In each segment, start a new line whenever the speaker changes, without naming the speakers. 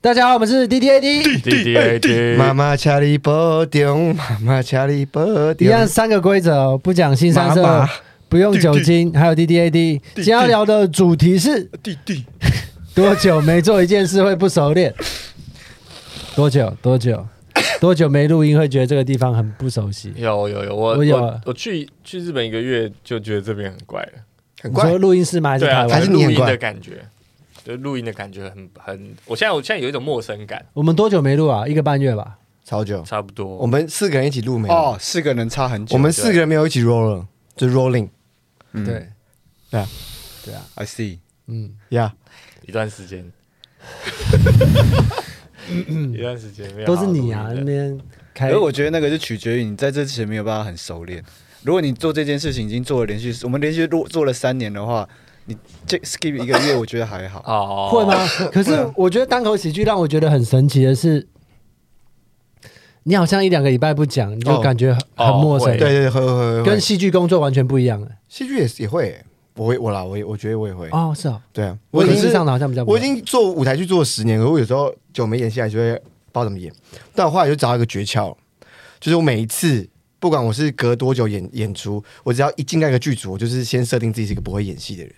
大家好，我们是 D D A D，
D D A D，
妈妈恰里波丁，妈妈恰里波
一
丁，
样三个规则哦，不讲性三
妈
色
妈，
不用酒精，还有 D D A D。今天要聊的主题是
弟弟，
多久没做一件事会不熟练？多久？多久？多久没录音会觉得这个地方很不熟悉？
有有有，
我
我
有啊
我我去去日本一个月就觉得这边很怪了，
很
你说
怪。
录音室吗？还是
对
台
啊，
湾？
还是
录
你很
音
怪
的感觉，对录音的感觉很很，我现在我现在有一种陌生感，
我们多久没录啊？一个半月吧。
超久，
差不多。
我们四个人一起录没有？
哦，四个人差很久。
我们四个人没有一起 roll 了，就 rolling
嗯
对，
，I see，
嗯，
呀。
一段时间，一段时间没有
嗯都是你啊
好，好
那
录音的
边
可
开
是。我觉得那个是取决于你在这之前没有办法很熟练。如果你做这件事情已经做了连续，我们连续做做了三年的话，你这 skip 一个月，我觉得还好。
哦，
会吗？ 可是
啊
我觉得单口喜剧让我觉得很神奇的是，你好像一两个礼拜不讲，你就
哦
感觉很
哦
很陌生，
会
对对对，会会会
跟
会。
戏剧工作完全不一样了。
戏剧也是也会欸，我会我啦，我也我觉得我也会。
哦，是哦，
对啊，
我
我
理
已经
性上的好像比较不一
我已
样，
经做舞台剧做了十年，可是我有时候久没演戏，还是会不知道怎么演。但我后来就找到一个诀窍，就是我每一次不管我是隔多久演演出，我只要一进那个剧组，我就是先设定自己是一个不会演戏的人。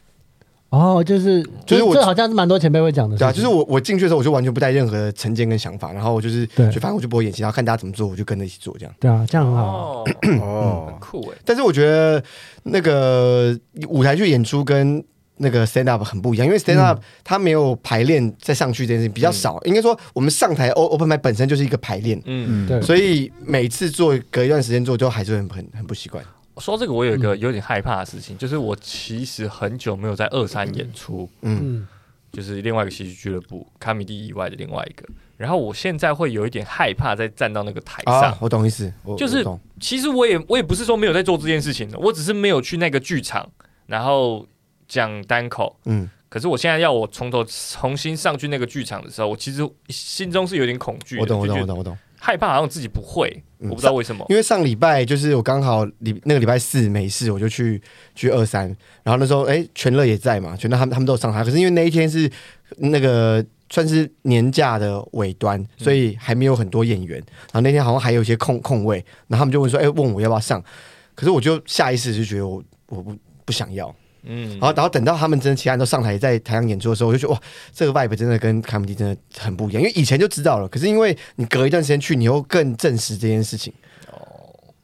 哦，就是
就是我
这好像是蛮多前辈会讲的事
对
情，
啊，就是我我进去的时候，我就完全不带任何的成见跟想法，然后我就是
对
就反正我就不会演戏，然后看大家怎么做，我就跟着一起做这样。
对啊，这样很好啊。
哦，
嗯
很
哦，
酷哎，
但是我觉得那个舞台剧演出跟那个 stand up 很不一样，因为 stand up 它没有排练再上去这件事情比较少，应该说我们上台 o open m i 本身就是一个排练，
嗯，
嗯，
对，
所以每次做隔一段时间做，就还是很很很不习惯。
说这个我有一
嗯
个有点害怕的事情，就是我其实很久没有在二三演出，
嗯，
嗯，
就是另外一个戏剧俱乐部卡米蒂以外的另外一个，然后我现在会有一点害怕再站到那个台上。
啊，我懂意思，我
就是
我懂
其实我也我也不是说没有在做这件事情的，我只是没有去那个剧场，然后讲单口。
嗯，
可是我现在要我从头重新上去那个剧场的时候，我其实心中是有点恐惧的，
我懂，我
就
懂，
觉
我
得
懂，我懂。
害怕好像自己不会，
嗯
我不知道为什么。
因为上礼拜就是我刚好礼那个礼拜四没事，我就去去二三，然后那时候哎、全乐也在嘛，全乐他们他们都有上台，可是因为那一天是那个算是年假的尾端，
嗯
所以还没有很多演员，然后那天好像还有一些空空位，然后他们就问说哎、问我要不要上，可是我就下意识就觉得我我不不想要，
嗯
然，后，然后等到他们真的其他人都上台在台上演出的时候，我就觉得哇，这个 vibe 真的跟 comedy 真的很不一样。因为以前就知道了，可是因为你隔一段时间去，你又更证实这件事情。哦，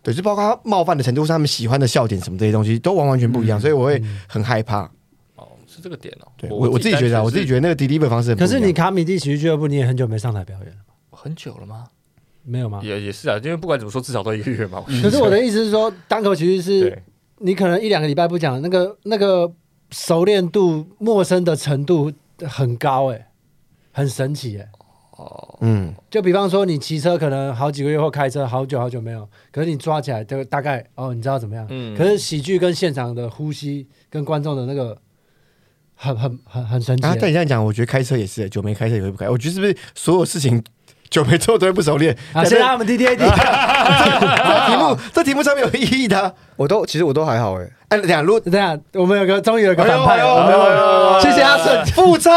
对，就包括他冒犯的程度，是他们喜欢的笑点什么这些东西都完完全不一样，所以我会很害怕。
哦，是这个点哦。
对我我自己觉得啊，我自己
得
觉得那个 deliver 方式很不
可
一样
是你卡米蒂喜剧俱乐部，你也很久没上台表演了，
很久了吗？
没有吗？
也也是啊，因为不管怎么说，至少都一个月嘛。
嗯
可是 我的意思是说，单口喜剧是
对，
你可能一两个礼拜不讲，那个那个熟练度、陌生的程度很高、欸，很神奇、欸，
嗯，
就比方说你骑车可能好几个月或开车好久好久没有，可是你抓起来就大概哦，你知道怎么样？
嗯
可是喜剧跟现场的呼吸跟观众的那个很很很很神奇、
啊，
欸，
但你这样讲，我觉得开车也是，久没开车也会不开。我觉得是不 是所有事情久没做都会不熟练？
啊，
但
谢
是
谢他们 D D A
啊
D。
这题目这题目上面有意义的啊。
我都其实我都还好哎。
哎，等一下如 果
等一下，我们有个终于有个
哎
反
呦
派
哎呦哎呦哎呦
了，
哎呦
谢谢阿顺。
复仇，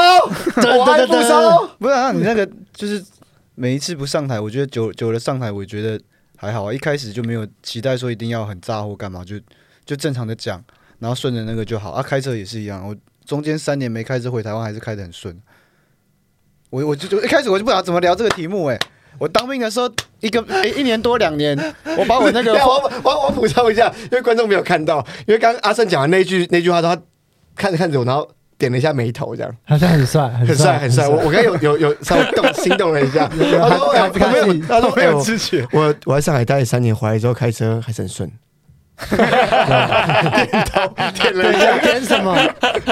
我爱复仇。
不是啊，你那个就是每一次不上台，我觉得久久了上台，我觉得还好啊。一开始就没有期待说一定要很炸或干嘛，就就正常的讲，然后顺着那个就好啊。开车也是一样，我中间三年没开车回台湾，还是开的很顺。我我就就一开始我就不知道怎么聊这个题目哎、我当兵的时候，一个、诶一年多两年，我把我那个
等一下我我我补充一下，因为观众没有看到，因为刚刚阿胜讲的那句那句话，他看着看着我，然后点了一下眉头，这样
好像啊很帅，很
很帅很帅。我我刚刚有有有稍微动心动了一下，他说
还
哎我没有，他说
没
哎
有
我
知觉。
我我在上海待了三年，回来之后开车还是很顺。点头点了一下，
演什么？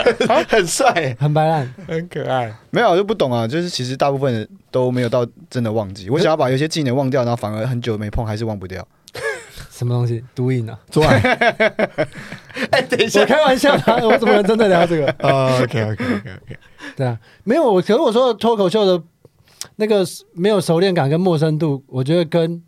很帅。
很白烂，
很可爱。
没有，我就不懂啊，就是其实大部分人都没有到真的忘记。我想要把有些技能忘掉，然后反而很久没碰，还是忘不掉。
什么东西？毒瘾啊！
昨晚，哎，等一下
我开玩笑 的，我怎么能真的聊这个？
，OK OK OK OK，
对啊，没有我，可是我说的脱口秀的那个没有熟练感跟陌生度，我觉得跟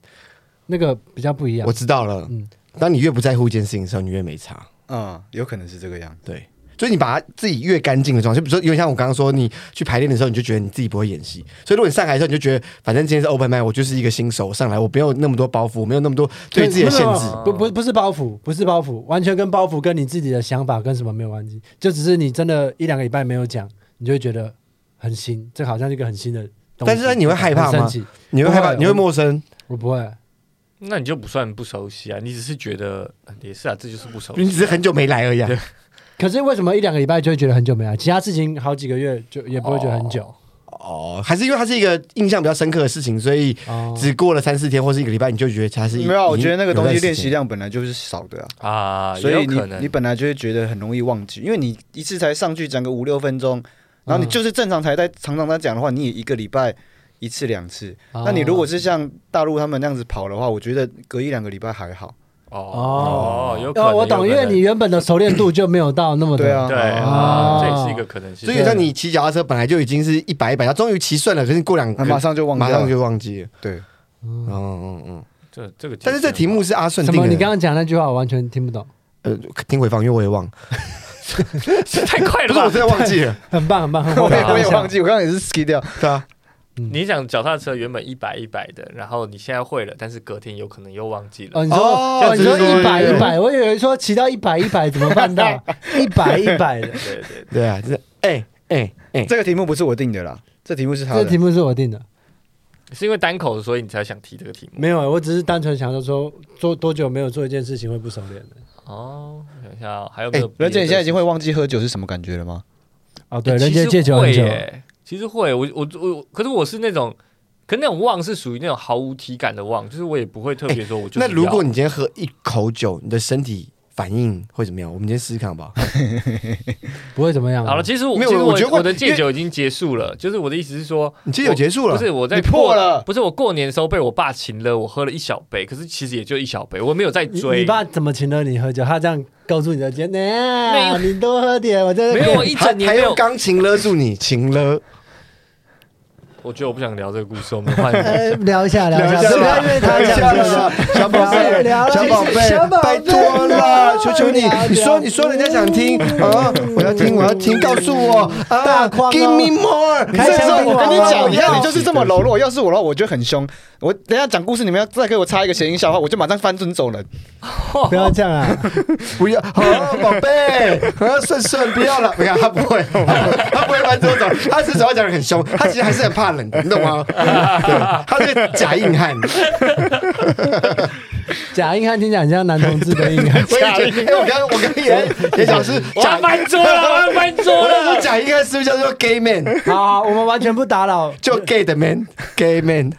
那个比较不一样
我。知道了
嗯。
当你越不在乎一件事情的时候，你越没差。
嗯，有可能是这个样。
对，所以你把它自己越干净的状态，就比如说有点像我刚刚说，你去排练的时候，你就觉得你自己不会演戏。所以如果你上台的时候，你就觉得反正今天是 open m i d 我就是一个新手，我上来我没有那么多包袱，我没有那么多 对自己的限
啊
制。
不不不是包袱，不是包袱，完全跟包袱跟你自己的想法跟什么没有关系，就只是你真的一两个礼拜没有讲，你就会觉得很新，这好像是一个很新的东西。
但是你会害怕吗
很神奇
你会害怕，
不会
你会陌生，
我不会，
那你就不算不熟悉啊，你只是觉得呃也是啊，这就是不熟
你只
悉。
是很久没来而已、啊。
可是为什么一两个礼拜就会觉得很久没来？其他事情好几个月就也不会觉得很久。
哦，还是因为它是一个印象比较深刻的事情，所以
哦，
只过了三四天或是一个礼拜，你就觉得它是一
没有啊，我觉得那个东西
有段
练
时
习
间
量本来就是少的啊，
啊，
所
也有
以你
可能
你本来就会觉得很容易忘记，因为你一次才上去讲个五六分钟，然后你就是正常才在常常在讲的话，你也一个礼拜一次两次。
哦
那你如果是像大陆他们那样子跑的话，我觉得隔一两个礼拜还好。
哦
哦有可能
哦，我懂，因
有可
为
能
你原本的熟练度就没有到那么的。
对啊
对
哦
啊，这也是一个可能性。
所以像你骑脚踏车本来就已经是一百一百，终于骑顺了，可是你过两
那马上就忘
马
掉
上
了。
就忘记了。
对，
嗯嗯嗯。
这这个，
但是这题目是阿顺
什
定
么？
的，
你刚刚讲那句话我完全听不 懂。
呃听回放，因为我也忘了，
太快
不
了
是我
哎吧？
真的忘记了，
很棒，很棒，很棒
我也我也
很棒
忘记，我刚刚也是 ski 掉。
对啊，
你讲脚踏车原本一百一百的，然后你现在会了，但是隔天有可能又忘记了。
哦，你说
哦
哦，你说
这是
一百
对
一百，我以为说骑到一百一百怎么办到 一百一百的？
对对，
对啊，就是哎哎哎，
这个题目不是我定的啦，这题目是他
这
的。
题目是我定的，
对是因为单口，所以你才想提这个题目
没有，我只是单纯想说说做多久没有做一件事情会不熟练的。
哦。我想一下哦，还有没有别的？
任姐，你现在已经会忘记喝酒是什么感觉了吗？
哦，对，
欸
人
其
家
实
戒酒很
会
久，
耶其实会，我我我，可是我是那种，可那种忘是属于那种毫无体感的忘，就是我也不会特别说，我就是
那
要、
如果你今天喝一口酒，你的身体反应会怎么样？我们今天试试看好不好？
不会怎么样啊。
好了，其实我
没有
其实
我
我
觉得会
我的戒酒已经结束了，就是我的意思是说，
你今天有结束了，
不是我在
你破
过，
了，
不是我过年的时候被我爸请了，我喝了一小杯，可是其实也就一小杯，我没有在
你
追。
你 爸怎么请了你喝酒？他这样告诉你的，姐，
没
那
有
你多喝点，我真
没
的
有，我一整年
还
没
用
有。
钢琴勒住你， 琴勒。
我觉得我不想聊这个故事，我们换 一个。
呃聊一下聊
聊一
一
下
下，不要
吧
因为他讲这个
小宝贝，
聊了
小宝贝，
小宝贝
拜托啦，求求你
聊聊，
你说你说人家想 听啊，我要听我要听，告诉我啊
大框哦
，Give me more，
开
这
箱哦
时候
冰
啊我
娃
跟你
娃
讲，你
我
看
告
你就是这么柔弱。要是我的话，我就很凶。我等一下讲故事，你们要再给我插一个谐音笑话，我就马上翻身走人。
不要这样 啊！
不要， 好宝贝，啊顺顺不要了，你 看他不会，他不会翻桌走，他只是手要讲的很凶，他其实还是很怕冷的，你 懂吗？对，他是个假硬汉，
假硬汉听起来很像男同志的硬 汉，
我也觉得，哎，我刚我刚也也想是
我
假
要，翻桌了，我要翻桌
我那时
了
候。假硬汉是不是叫做 gay man？
好，好我们完全不打扰。
就 gay 的 man，gay man，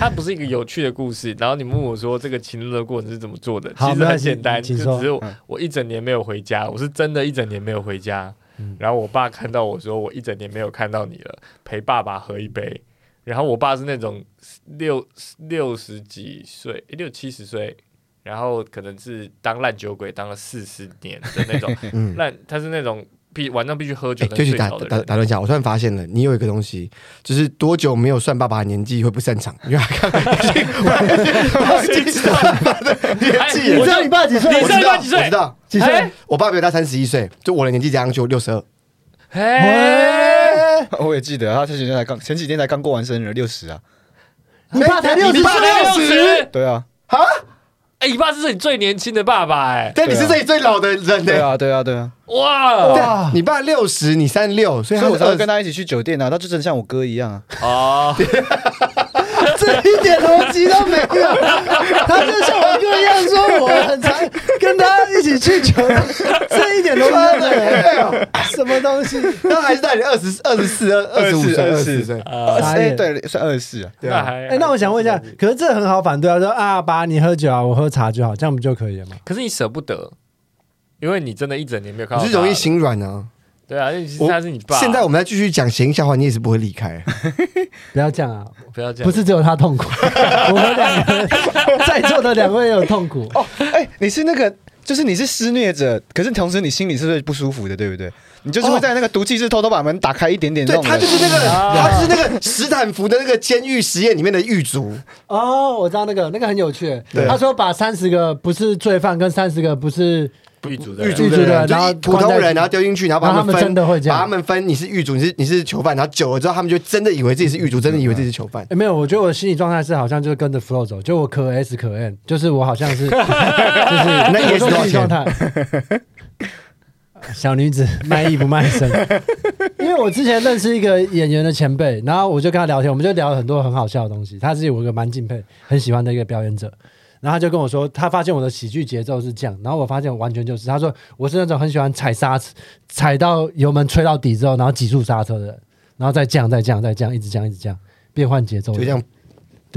它不是一个有趣的故事。然后你们问我说这个情乐的过程是怎么做的，
好
其
没
实很
关系
简单，就
请
只
说
是我
嗯
我一整年没有回家，我是真的一整年没有回家。然后我爸看到我说我一整年没有看到你了，陪爸爸喝一杯。然后我爸是那种六六十几岁，诶六七十岁，然后可能是当烂酒鬼当了四十年的那种
嗯。
烂，他是那种必晚上必须喝酒
哎，
才
就
能
去
睡
打
着的
打
人。
打断一下，我突然发现了，你有一个东西，就是多久没有算爸爸的年纪会不 擅长？因为他刚忘记算爸爸的年纪
哎
你
我
知
了。
道你爸几岁
你
吗？
我
知道
知
你
道，
爸
我
几岁
知道，
几岁
哎？
我爸比我大三十一岁，就我的年纪加上去我六十二。
嘿，
我也记得，他前几天才刚前几天才刚过完生日，六十啊。
你爸才
哎
六
你
十
爸
岁，
六十，
对啊，
哎，你爸是你最年轻的爸爸哎、
但你是这里最老的人
对
呢。
啊，对啊，对啊。
哇
对你爸六十，你三六，所以
所
他
以我才
才
会跟他一起去酒店啊，他就真的像我哥一样啊。
哦，
这一点逻辑都没 有。他就像我哥一样说，我很常跟他一起去 球，这一点逻辑都没有。什么东西？
他还是在你二十二十四、二二十五岁、二十四岁。
二十
傻
哎，
眼
对，算二十四啊。
对啊
那还
哎、那我想问 一下，可是这很好反对啊，说啊，爸，你喝酒啊，我喝茶就好，这样不就可以了吗？
可是你舍不得，因为你真的一整年没有看到
你
他，
是容易心软啊！
对啊，因为其实
我
他是你爸。
现在我们再继续讲谐音笑话，你也是不会离开。
不要这样啊，
不要这样，
不是只有他痛苦，我们两个人在座的两位也有痛苦。
哦， 哎，你是那个。就是你是施虐者，可是同时你心里是会不舒服的，对不对？你就是会在那个毒气室偷偷把门打开一点点这
对
种
他
人。
就是那个，
啊
他是那个斯坦福的那个监狱实验里面的狱卒，
哦，我知道那个那个很有趣
对，
他说把三十个不是罪犯跟三十个不是
狱卒的
狱
人
卒
狱卒
的
的
人，
人然后
就是普通人，然后丢进去，然后
然
把
后他
们
们真
分，
的会这
把他
样。
们分，你是狱卒，你是你是囚犯，然后久了之后，他们就真的以为自己是狱卒，真的以为自己是囚犯。
哎，没有，我觉得我心理状态是好像就是跟着 flow 走，就我可 S 可 N，就是我好像 是就是
那
我
ES
说
多少
心理状
钱？
态。 小女子卖艺不卖身，因为我之前认识一个演员的前辈，然后我就跟他聊天，我们就聊了很多很好笑的东西。他是我一个蛮敬佩、很喜欢的一个表演者，然后他就跟我说，他发现我的喜剧节奏是这样，然后我发现我完全就是，他说我是那种很喜欢踩刹车，踩到油门吹到底之后，然后急速刹车的人，然后再降、再降、再降，一直降、一直降，变换节奏的
就
人，
这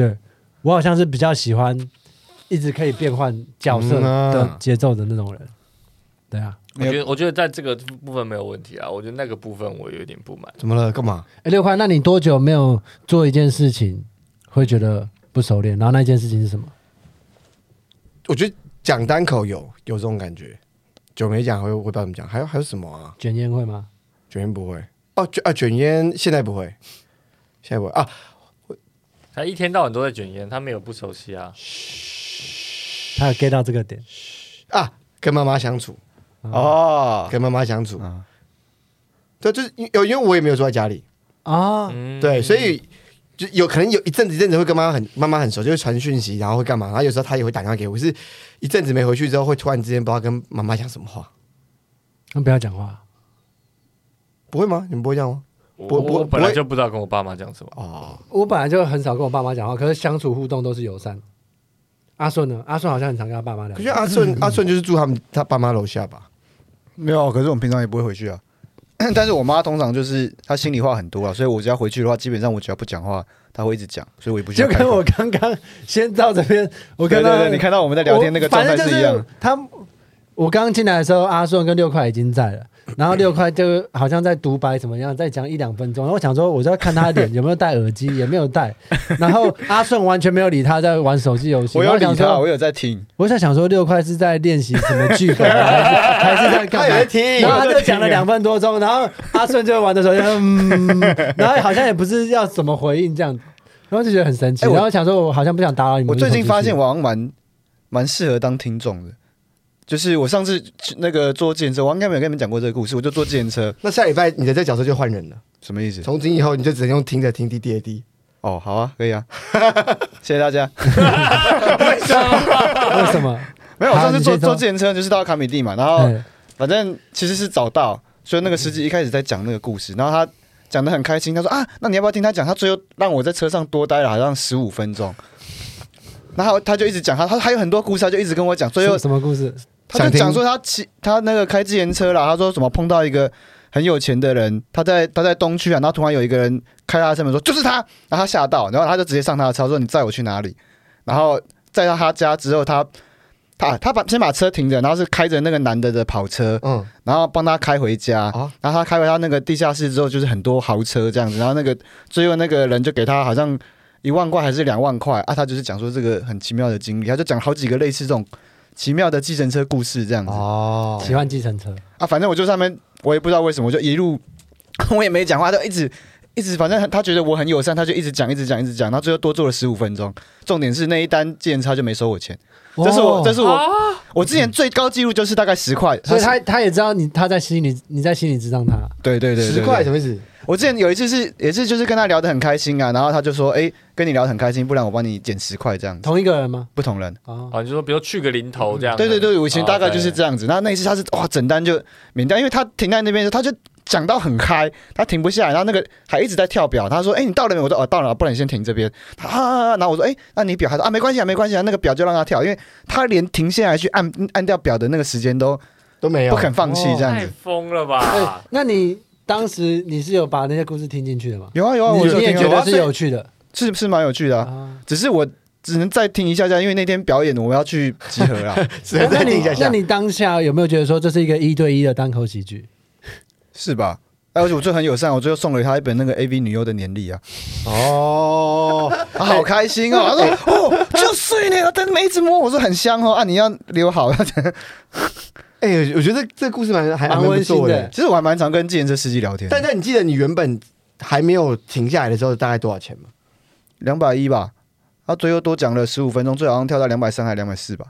样
对我好像是比较喜欢一直可以变换角色
嗯啊
的节奏的那种人。对啊，
我觉得我觉得在这个部分没有问题啊，我觉得那个部分我有点不满。
怎么了？干嘛？
哎，六块，那你多久没有做一件事情会觉得不熟练？然后那件事情是什么？
我觉得讲单口有有这种感觉，久没讲会会不知道怎么讲。还有还有什么啊？
卷烟会吗？
卷烟不会哦，卷啊卷烟现在不会，现在不会啊。
他一天到晚都在卷烟，他没有不熟悉啊。
他有 get 到这个点，
啊，跟妈妈相处，
哦，
跟妈妈相处，
啊
对，就是因有，因为我也没有住在家里，
啊，
嗯，
对，所以就有可能有一阵子一阵子会跟妈妈很妈妈很熟，就会传讯息，然后会干嘛，然后有时候她也会打电话给我，可是一阵子没回去之后，会突然之间不知道跟妈妈讲什么话，
那不要讲话。
不会吗？你们不会这样吗？
我
不不
我
不
本来
会
就不知道跟我爸妈讲什么。
哦，
我本来就很少跟我爸妈讲话，可是相处互动都是友善。阿顺呢？阿顺好像很常跟他爸妈聊
可。是阿 顺、阿顺就是住他们他爸妈楼下 吧？
没有，可是我们平常也不会回去啊。 但是我妈通常就是她心里话很多啊，所以我只要回去的话，基本上我只要不讲话，她会一直讲，所以我也不需
就
要开
跟
口。
我刚刚先到这边，我
我
看到
你看到我们在聊天那个
我
状态
反正就是
一样。
他我刚进来的时候，阿顺跟六块已经在了，然后六块就好像在独白怎么样，再讲一两分钟。然后我想说，我就要看他的脸有没有戴耳机，也没有戴。然后阿顺完全没有理他，在玩手机游戏。
我
然
有
后
理
想
她，
说，
我有在听。
我在想说，六块是在练习什么剧本，啊还是还是在干
他有在
嘛？
哎听
然后他
我
就
在听
讲了
啊
两分多钟，然后阿顺就玩的时候就 嗯，然后好像也不是要怎么回应这样，然后就觉得很神奇，
哎我
然后想说我好像不想打扰你们。
我最近发现
我
我好像蛮蛮适合当听众的，就是我上次去那个坐自行车，我应该没有跟你们讲过这个故事，我就坐自 行车，
那下礼拜你的这个角色就换人了，
什么意思？
从今以后你就只能用听着听 D D A D。
哦，好啊，可以啊， 谢谢大家。
为什 么？
没有，我上次
好
坐
你先说
坐自行车就是到卡米蒂嘛，然后
嗯
反正其实是找到，所以那个司机一开始在讲那个故事，然后他讲的很开心，他说啊，那你要不要听他讲？他最后让我在车上多待了好像十五分钟，然后他就一直讲，他他还有很多故事，他就一直跟我讲，最
什
后
么什么故事？
他就讲说他骑他那个开自行车啦，他说什么碰到一个很有钱的人，他在他在东区啊，然后突然有一个人开他的车门说就是他，然后他吓到，然后他就直接上他的车说你载我去哪里，然后载到他家之后，他他他把先把车停着，然后是开着那个男的的跑车，
嗯，
然后帮他开回家，
哦
啊
然后他开回他那个地下室之后，就是很多豪车这样子，然后那个最后那个人就给他好像一万块还是两万块啊，他就是讲说这个很奇妙的经历，他就讲好几个类似这种奇妙的计程车故事这样子、
哦
喜欢计程车，
啊，反正我就上面我也不知道为什么，我就一路 我也没讲话，就一直一直，反正他觉得我很友善，他就一直讲一直讲一直讲，然后最后多做了十五分钟，重点是那一单计程车就没收我钱，这是我
哦
这是我、我之前最高纪录就是大概十块，
所以
是
他他也知道你他在心里，你在心里知道他。
对对对对
十
对
块什么意思？
我之前有一次是也是就是跟他聊得很开心啊，然后他就说，哎、跟你聊得很开心，不然我帮你减十块这样子。
同一个人吗？
不同人，
啊，
啊，你就说比如去个零头这样。
对对对，我以前
哦
大概就是
对
这样子。然后那一次他是哇，整单就免单，因为他停在那边的时候，他就讲到很嗨，他停不下来，然后那个还一直在跳表。他说：“哎、你到了没有？”我说：“哦，到了，不然你先停这边。”他啊啊，啊然后我说：“哎、那你表？”他说：“啊，没关系啊，没关系啊，那个表就让他跳，因为他连停下来去按按掉表的那个时间都
都没有，
不肯放弃，这样
太
子。
疯了
哎
吧！，
那你当时你是有把那些故事听进去的吗？
有啊有啊，
你
我就
你也
听啊
觉
我
得
要
是
睡
有趣的
是是蛮有趣的、啊，
啊？
只是我只能再听一下下，因为那天表演我要去集 合啦。
只能
那
再
你
听一下
那
下。
你当下有没有觉得说这是一个一对一的单口喜剧？
是吧？哎而且我最后很友善，我最后送了他一本那个 A V 女优的 年历啊，
哦，
他好开心哦！他说：“哦，就是呢，但是没一直摸。”我说：“很香哦，啊，你要留好。
哎、我觉得这故事蛮还还
蛮
蛮不
温馨
错
的
的”。
其实我还蛮常跟计程车司机聊天，
但但你记得你原本还没有停下来的时候大概多少钱吗？
两百一吧，他最后多讲了十五分钟，最后好像跳到两百三还两百四吧。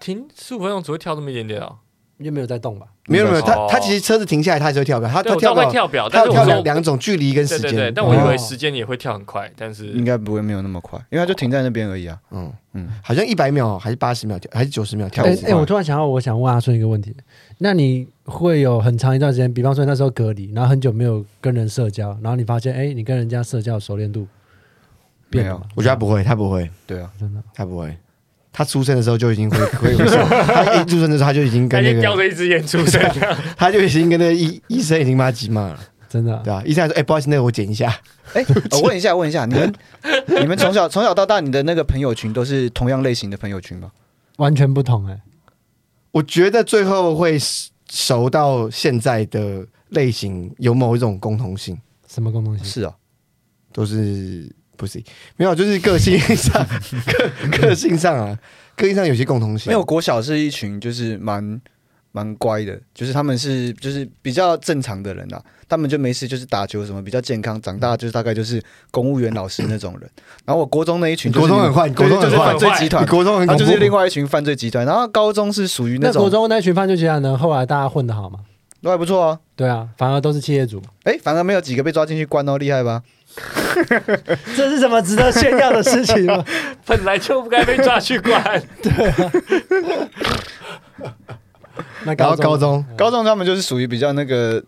停十五分钟只会跳这么一点点哦。
就没有在动吧？
没有没有，他
哦
他其实车子停下来，他还是会跳表，他
对
他
我知道
跳
会
表，
跳表，
他
但是
有
我
跳
说
两两种距离跟
对
时
对对，
间。嗯
但我以
哦
为时间也会跳很快，但是
应该不会没有那么快，因为他就停在那边而已啊。
嗯嗯
嗯，
好像一百秒还是八十秒跳，还是九十秒跳
哎
一
我
哎、
次。
哎我突然想到，我想问阿顺一个问题：那你会有很长一段时间，比方说那时候隔离，然后很久没有跟人社交，然后你发现，哎、你跟人家社交熟练度变了吗？
我觉得他不会，他不会，
对啊，
真的
他不会。他出生的时候就已经会 会会说，他一出生的时候他就已经
他
跟那
就叼
个，
着一只眼出 生，
他就已经跟那个医医生已经骂鸡骂了，
真的啊、
对吧、医生还说：“哎、不好意思，那个我剪一下。
哎、我问一下，问一下，你们你们从小从小到大，你的那个朋友群都是同样类型的朋友群吗？
完全不同哎、”
我觉得最后会熟到现在的类型有某一种共同性。
什么共同性？
是啊，
都是不是没有，啊就是个性上个个性上啊，个性上有些共同性。
没有，国小是一群就是蛮蛮乖的，就是他们是就是比较正常的人啊，他们就没事就是打球什么比较健康，长大就是大概就是公务员老师那种人。然后我国中那一群
你
就
国
是你
中
们，
很坏，你国
对
中
就
很
是
坏
犯，罪
坏
集
你
团，
国中很
他
恐
就是另
怖。
外一群犯罪集团。然后高中是属于
那
种
国中那群犯罪集团呢？后来大家混得好吗？
都还不错啊，
对啊，反而都是企业主，
哎，反而没有几个被抓进去关哦，厉害吧？
这是什么值得炫耀的事情吗？
本来就不该被抓去 关。
那
然
高
后
中
高中
高中他们就是属于比较那个，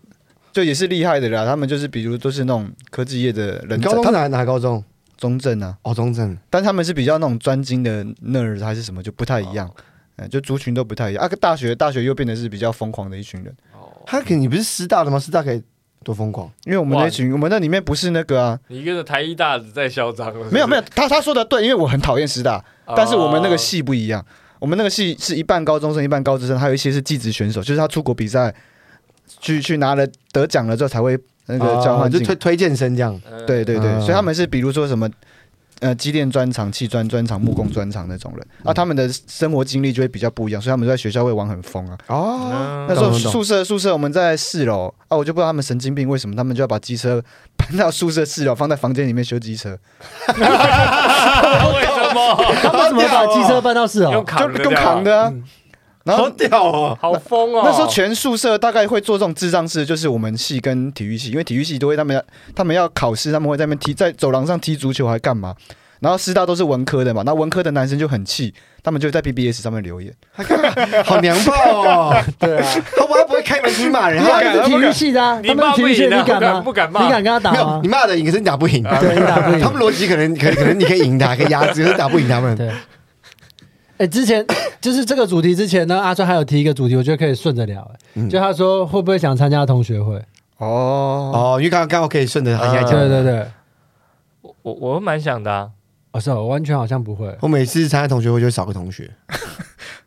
就也是厉害的啦。他们就是比如都是那种科技业的人
你
才，
高中
他
是哪哪高中？
中正啊，
哦，中正。
但他们是比较那种专精的 nerd 还是什么就不太一样。
哦
嗯，就族群都不太一样啊。大学大学又变得是比较疯狂的一群人，
哦，
他可你不是师大的吗？师大可以多疯狂。
因为我们
哇
那群我们那里面不是那个啊，
你一个台医大的在嚣张了，
没有没有，他他说的对，因为我很讨厌师大，
哦，
但是我们那个系不一样，我们那个系是一半高中生一半高职生，还有一些是技职选手，就是他出国比赛去去拿了得奖了之后才会那个交
啊
换
就
进
推推荐生这样。
嗯，
对对对，
嗯
所以他们是比如说什么，呃，机电专长、砌砖专长、木工专长那种人，啊，他们的生活经历就会比较不一样，所以他们在学校会玩很疯啊。
哦，
嗯
那时候
懂懂懂
宿舍宿舍我们在四楼啊，我就不知道他们神经病为什么他们就要把机车搬到宿舍四楼，放在房间里面修机车，
为什 么
他们怎么把机车搬到市
用
哦？
就
扛的
用扛的啊。然后
屌哦！
好疯哦！
那时候全宿舍大概会做这种智障事，就是我们系跟体育系，因为体育系都会他们要他们要考试，他们会在那边踢在走廊上踢足球还干嘛？然后师大都是文科的嘛，那文科的男生就很气，他们就在 BBS 上面留言，
好娘炮哦！
对啊，
他不他不会开门去骂人，
你
他
俩是
敢
体育系的啊，
你
他们是体育系的，你
骂不赢啊
敢吗？
不敢不敢骂
你敢跟他打
没有
吗
你？骂的赢，可是你打不赢他。
对，你打不赢
他。们逻辑可能可能可能你可以赢他，可以压制，可是打不赢他们。
对。 哎、之前就是这个主题之前呢，阿川还有提一个主题，我觉得可以顺着聊、哎
嗯
就他说会不会想参加同学会？
哦，
哦，因为刚刚刚好可以顺着他哎现在讲
对。对对，
我我我蛮想的啊，
哦，是哦，我完全好像不会。
我每次参加同学会就少个同学，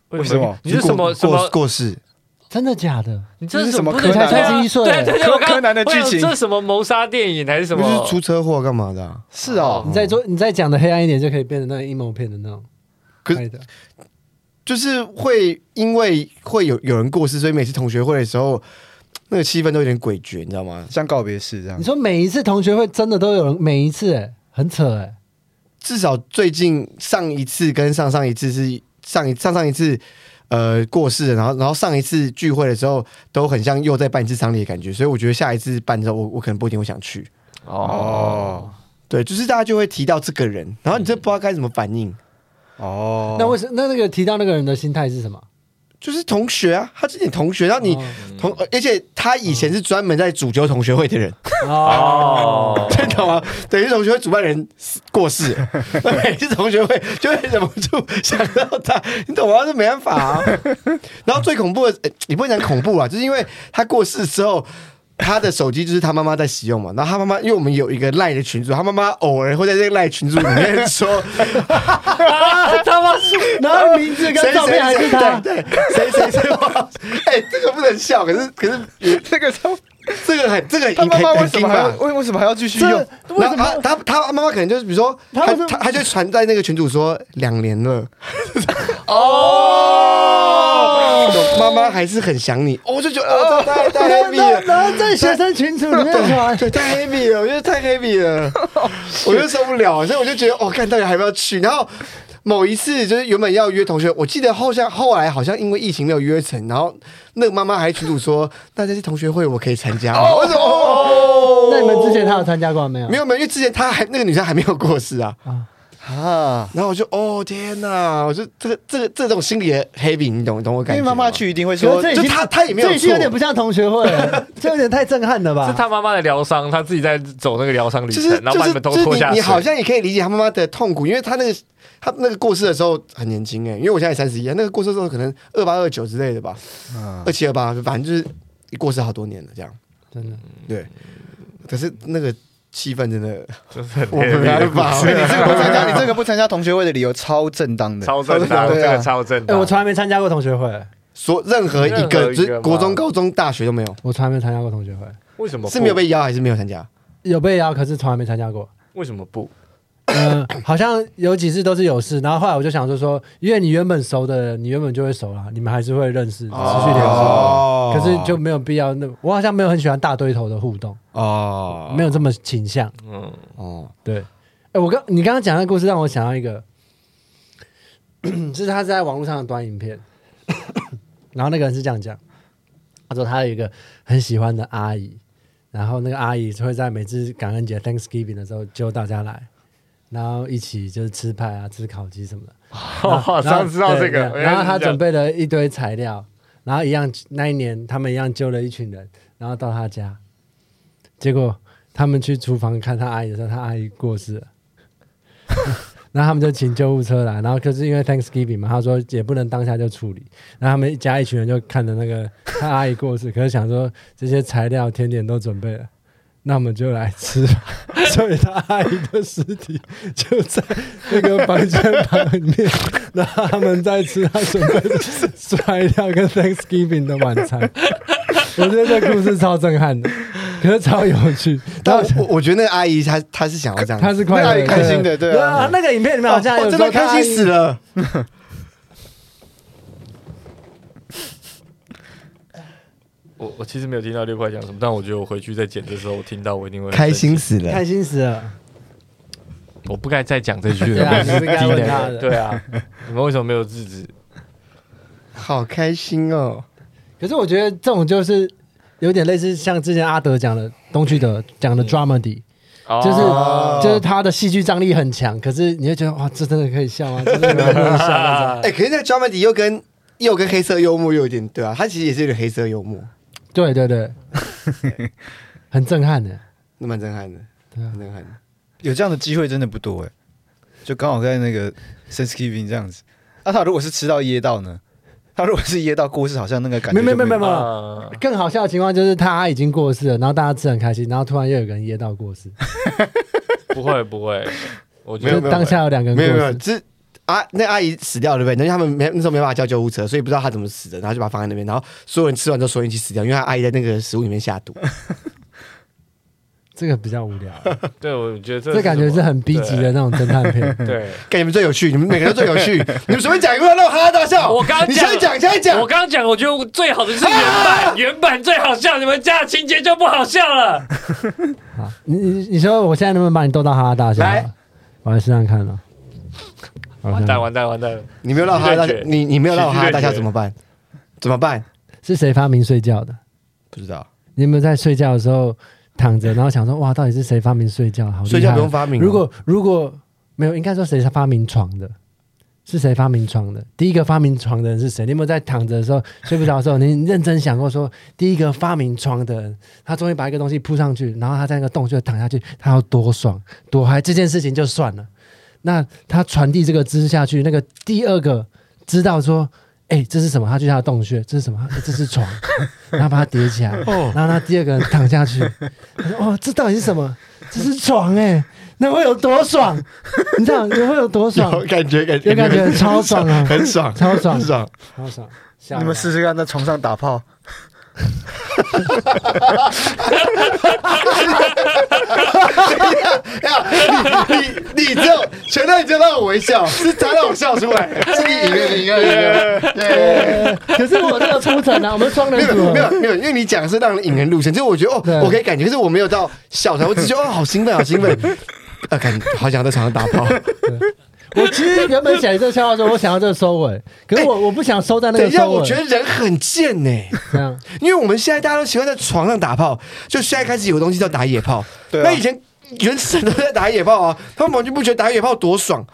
为
为什么
你是什么
过
什
过
么？
过世？
真的假的？
你这
这
是
是
什
什么
不是
柯南
对啊
才21岁
对对对，我刚
柯南的剧情
我想这是什么谋杀电影还是什
不
么
是？出车祸干嘛的啊？
是哦，
你再做，你再讲的黑暗一点，就可以变成那个阴谋片的那种。
可是
拍的
就是会因为会有有人过世，所以每次同学会的时候，那个气氛都有点诡谲，你知道吗？
像告别式这样
你，说每一次同学会真的都有人，每一次、哎，很扯哎、
至少最近上一次跟上上一次是上一上上一次。呃，过世了，然后然后上一次聚会的时候都很像又在办一次丧礼的感觉，所以我觉得下一次办之后，我我可能不一定会想去。
哦
对，就是大家就会提到这个人，然后你这不知道该怎么反应，
哦，
那为什那那个提到那个人的心态是什么？
就是同学啊，他是你同学，然后你
哦
同，而且他以前是专门在主揪同学会的人，
哦，
你懂吗？等于同学会主办人死过世了，每次同学会就会忍不住想到他，你懂吗？这没办法啊。然后最恐怖的，呃你不能讲恐怖啊，就是因为他过世之后。他的手机就是他妈妈在使用嘛，然后他妈妈，因为我们有一个赖的群组，他妈妈偶尔会在这个赖群组里面说
啊他妈是
然后名字
谁
跟照
谁
片还是
谁
他，
对对，谁谁 谁我，哎，这个不能笑，可是可是
这个他
这个很这个
他
很
妈妈为
很
什
惊
么还
吧
要？为为什么还要继续
这
用？
为什
然后
么
他他他妈妈可能就是比如说
他
他
为什么
他他就传在那个群主说两年 了，
哦，
我妈妈还是很想你，哦我就觉得哦这太太
然
heavy
后
了，
然后在学生群组里面 传，
对哎太 heavy 了，我觉得太 heavy 了，我就受不了，所以我就觉得哦，看到底还要不要去？然后某一次就是原本要约同学，我记得后像后来好像因为疫情没有约成，然后那个妈妈还群主说，那这次同学会我可以参加 吗？我说哦，
那你们之前他有参加过没有？
没有没有，因为之前她还那个女生还没有过世啊，
啊，
然后我就哦天哪，我就这个这个这种心理的 heavy，你懂懂我
因
感
为
觉？
妈妈，去一定会
可
说
是这已
就
经
她她也没有
这已经有
错
点不像同学会 了，这有点太震撼了吧？
是他妈妈的疗伤，他自己在走那个疗伤旅
就
程，
是
然后
就
把
是
们都
就是
拖
你
下水。
你好像也可以理解她妈妈的痛苦，因为她那个她那个过世的时候很年轻哎、因为我现在三十一，那个过世的时候可能二八二九之类的吧，
啊
二七二八，反正就是过世好多年了这样。
真的，
对，可是那个气氛真的，
就是很
我没 办法
所以你这个不参加，你这个不参加同学会的理由超正当的，
超正当，这
对啊
个超正
哎，
当。
我从来没参加过同学会，
所任何一
任何一
个
个
就是国中、
吧
高中、大学都没有，
我从来没参加过同学会，
为什么不
是没有？被邀还是没有参加？
有被邀，可是从来没参加 过。
为什么不？
嗯，好像有几次都是有事，然后后来我就想说说，因为你原本熟的人，你原本就会熟啦，你们还是会认识，持续联系。
哦
可是就没有必要那，我好像没有很喜欢大堆头的互动，
哦
没有这么倾向。
嗯，
哦，
对，哎，我刚你刚刚讲的故事让我想到一个， 就是他是在网络上的短影片，然后那个人是这样讲，他说他有一个很喜欢的阿姨，然后那个阿姨就会在每次感恩节 Thanksgiving 的时候揪大家来。然后一起就是吃派啊，吃烤鸡什么的。 然后
好像知道这个哎
对。对然后他准
备
备了一堆材料，然后一样那一年他们一样揪了一群人，然后到他家，结果他们去厨房看他阿姨的时候，他阿姨过世 了。然后他们就请救护车来，然后可是因为 Thanksgiving 嘛，他说也不能当下就处理，然后他们一家一群人就看着那个 他阿姨过世，可是想说这些材料甜点都准备了，那我们就来吃吧。 所以他阿姨的尸体就在那个房间旁边，然后他们在吃他准备的 材料跟 Thanksgiving 的晚餐。 我觉得这故事超震撼的，可是超有趣。
但
然
我
后
我我觉得那个阿姨她她是想要这样，
他是快乐
那
的、
也开心的对啊
那个影片里面好像
哦
有
真的开心死
了。
了。
我我其实没有听到六块讲什么，但我觉得我回去再剪的时候，我听到我一定会很
开心
生气。
死了
开！心死了！
我不该再讲这句
对
了，
啊
我
你 是该问他的
对啊，你们为什么没有制止？
好开心哦！
可是我觉得这种就是有点类似像之前阿德讲的东区德讲的
嗯
dramedy，、就是
哦
就是他的戏剧张力很强，可是你会觉得哇，这真的可以笑吗？ 这真的可以笑吗？
哎，可是那个 comedy 又跟又跟黑色幽默又有点对啊，他其实也是有点黑色幽默，
对对对，很震撼的。
那蛮震撼的，
对啊
蛮震撼的。
有这样的机会真的不多哎，就刚好在那个 Thanksgiving 这样子。那他如果是吃到噎到呢？他如果是噎到过世，好像那个感觉
没没
就
没没没，
啊
更好笑的情况就是他已经过世了，然后大家吃很开心，然后突然又有个人噎到过世，
不会不会，我觉
没有
就
得
当下有两个人
没有没
过
有，
世。
只是啊，那阿姨死掉对不对？那他们没那时候没办法叫救护车，所以不知道她怎么死的，然后就把她放在那边，然后所有人吃完之后，所有人一起死掉，因为她阿姨在那个食物里面下毒。
这个比较无 聊，
对，我觉得这
这感觉
什么
是很逼急的。那种侦探片。
对，
看你们最有趣，你们每个人都最有趣， 你们随便讲一个让我哈哈大笑。
我刚刚
你现在讲，现在
对
讲啊
我，刚刚讲，我觉得最好的是原版，原版最好笑，你们加的情节就不好笑了。
好， 你你你说我现在能不能把你逗到哈哈大笑？
来，
我来试试看啊。我来
完
试试
蛋
看
完蛋完蛋！
你没有让我哈哈大
喜
笑
剧对，决
你你没有让我哈哈大
喜剧
笑
对决
怎么办？怎么办？
是谁发明睡觉的？
不知道，
你有没有在睡觉的时候躺着，然后想说哇，到底是谁发明睡觉？好厉害
睡觉不用发明哦。
如果如果没有，应该说谁是发明床的？是谁发明床的？第一个发明床的人是谁？你有没有在躺着的时候睡不着的时候，你你认真想过说，第一个发明床的人，他终于把一个东西铺上去，然后他在那个洞穴躺下去，他要多爽多嗨？这件事情就算了。那他传递这个知识下去，那个第二个知道说，哎、这是什么？他去他的洞穴，这是什么？这是床，然后把它叠起来，然后他第二个人躺下去，他说哦，这到底是什么？这是床哎、那会有多爽？你知道你会有多爽？
有 感觉，感觉
有感觉超爽啊，
很爽，
超爽
很，爽。
超爽！
啊
你们试试看，在床上 打炮，
你你你只有全队只有让我微笑，是他让我笑出来，是你赢了，你赢了，你赢了。 对。
呃可是我这个出城啊，我们双
没
人组
有
合
没有没有，因为你讲是让人引人入胜，就是我觉得
对
哦，我可以感觉，可是我没有到笑场，我只觉得哦，好兴奋，好兴奋，啊，感觉好想在床上打炮。
我其实原本写这个笑话的时候，我想要这个收尾，可是我、我不想收在那
哎等
个
一下，
收尾。
我觉得人很贱呢、
这样，
因为我们现在大家都喜欢在床上打炮，就现在开始有东西叫打野炮。
对啊
那以前原始人都在打野炮啊，他们完全不觉得打野炮多爽，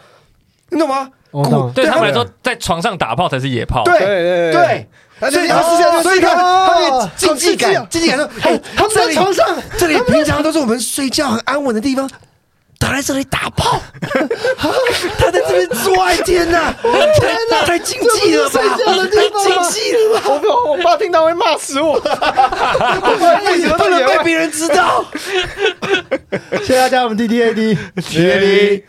你懂吗？
我懂。
对他们来说，在床上打炮才是野炮。
哦对
对对
对，
对
所以
他
他
们
们
私下就
所以他们
哦
他们的竞技
好刺激啊
感，竞技感说，哎，
他们在
这里
床上，
这里平常都是我们睡觉很安稳的地方。他在这里打 炮，他在这边做爱，天哪，天哪，哦太竞技了吧，
这不是睡觉的地方吗
太竞技了 吧，
我不我爸听到会骂死我。为什么
不
都
能
野
被
外？
别人知道。
谢谢大家，我们 D D A D。
谢谢你。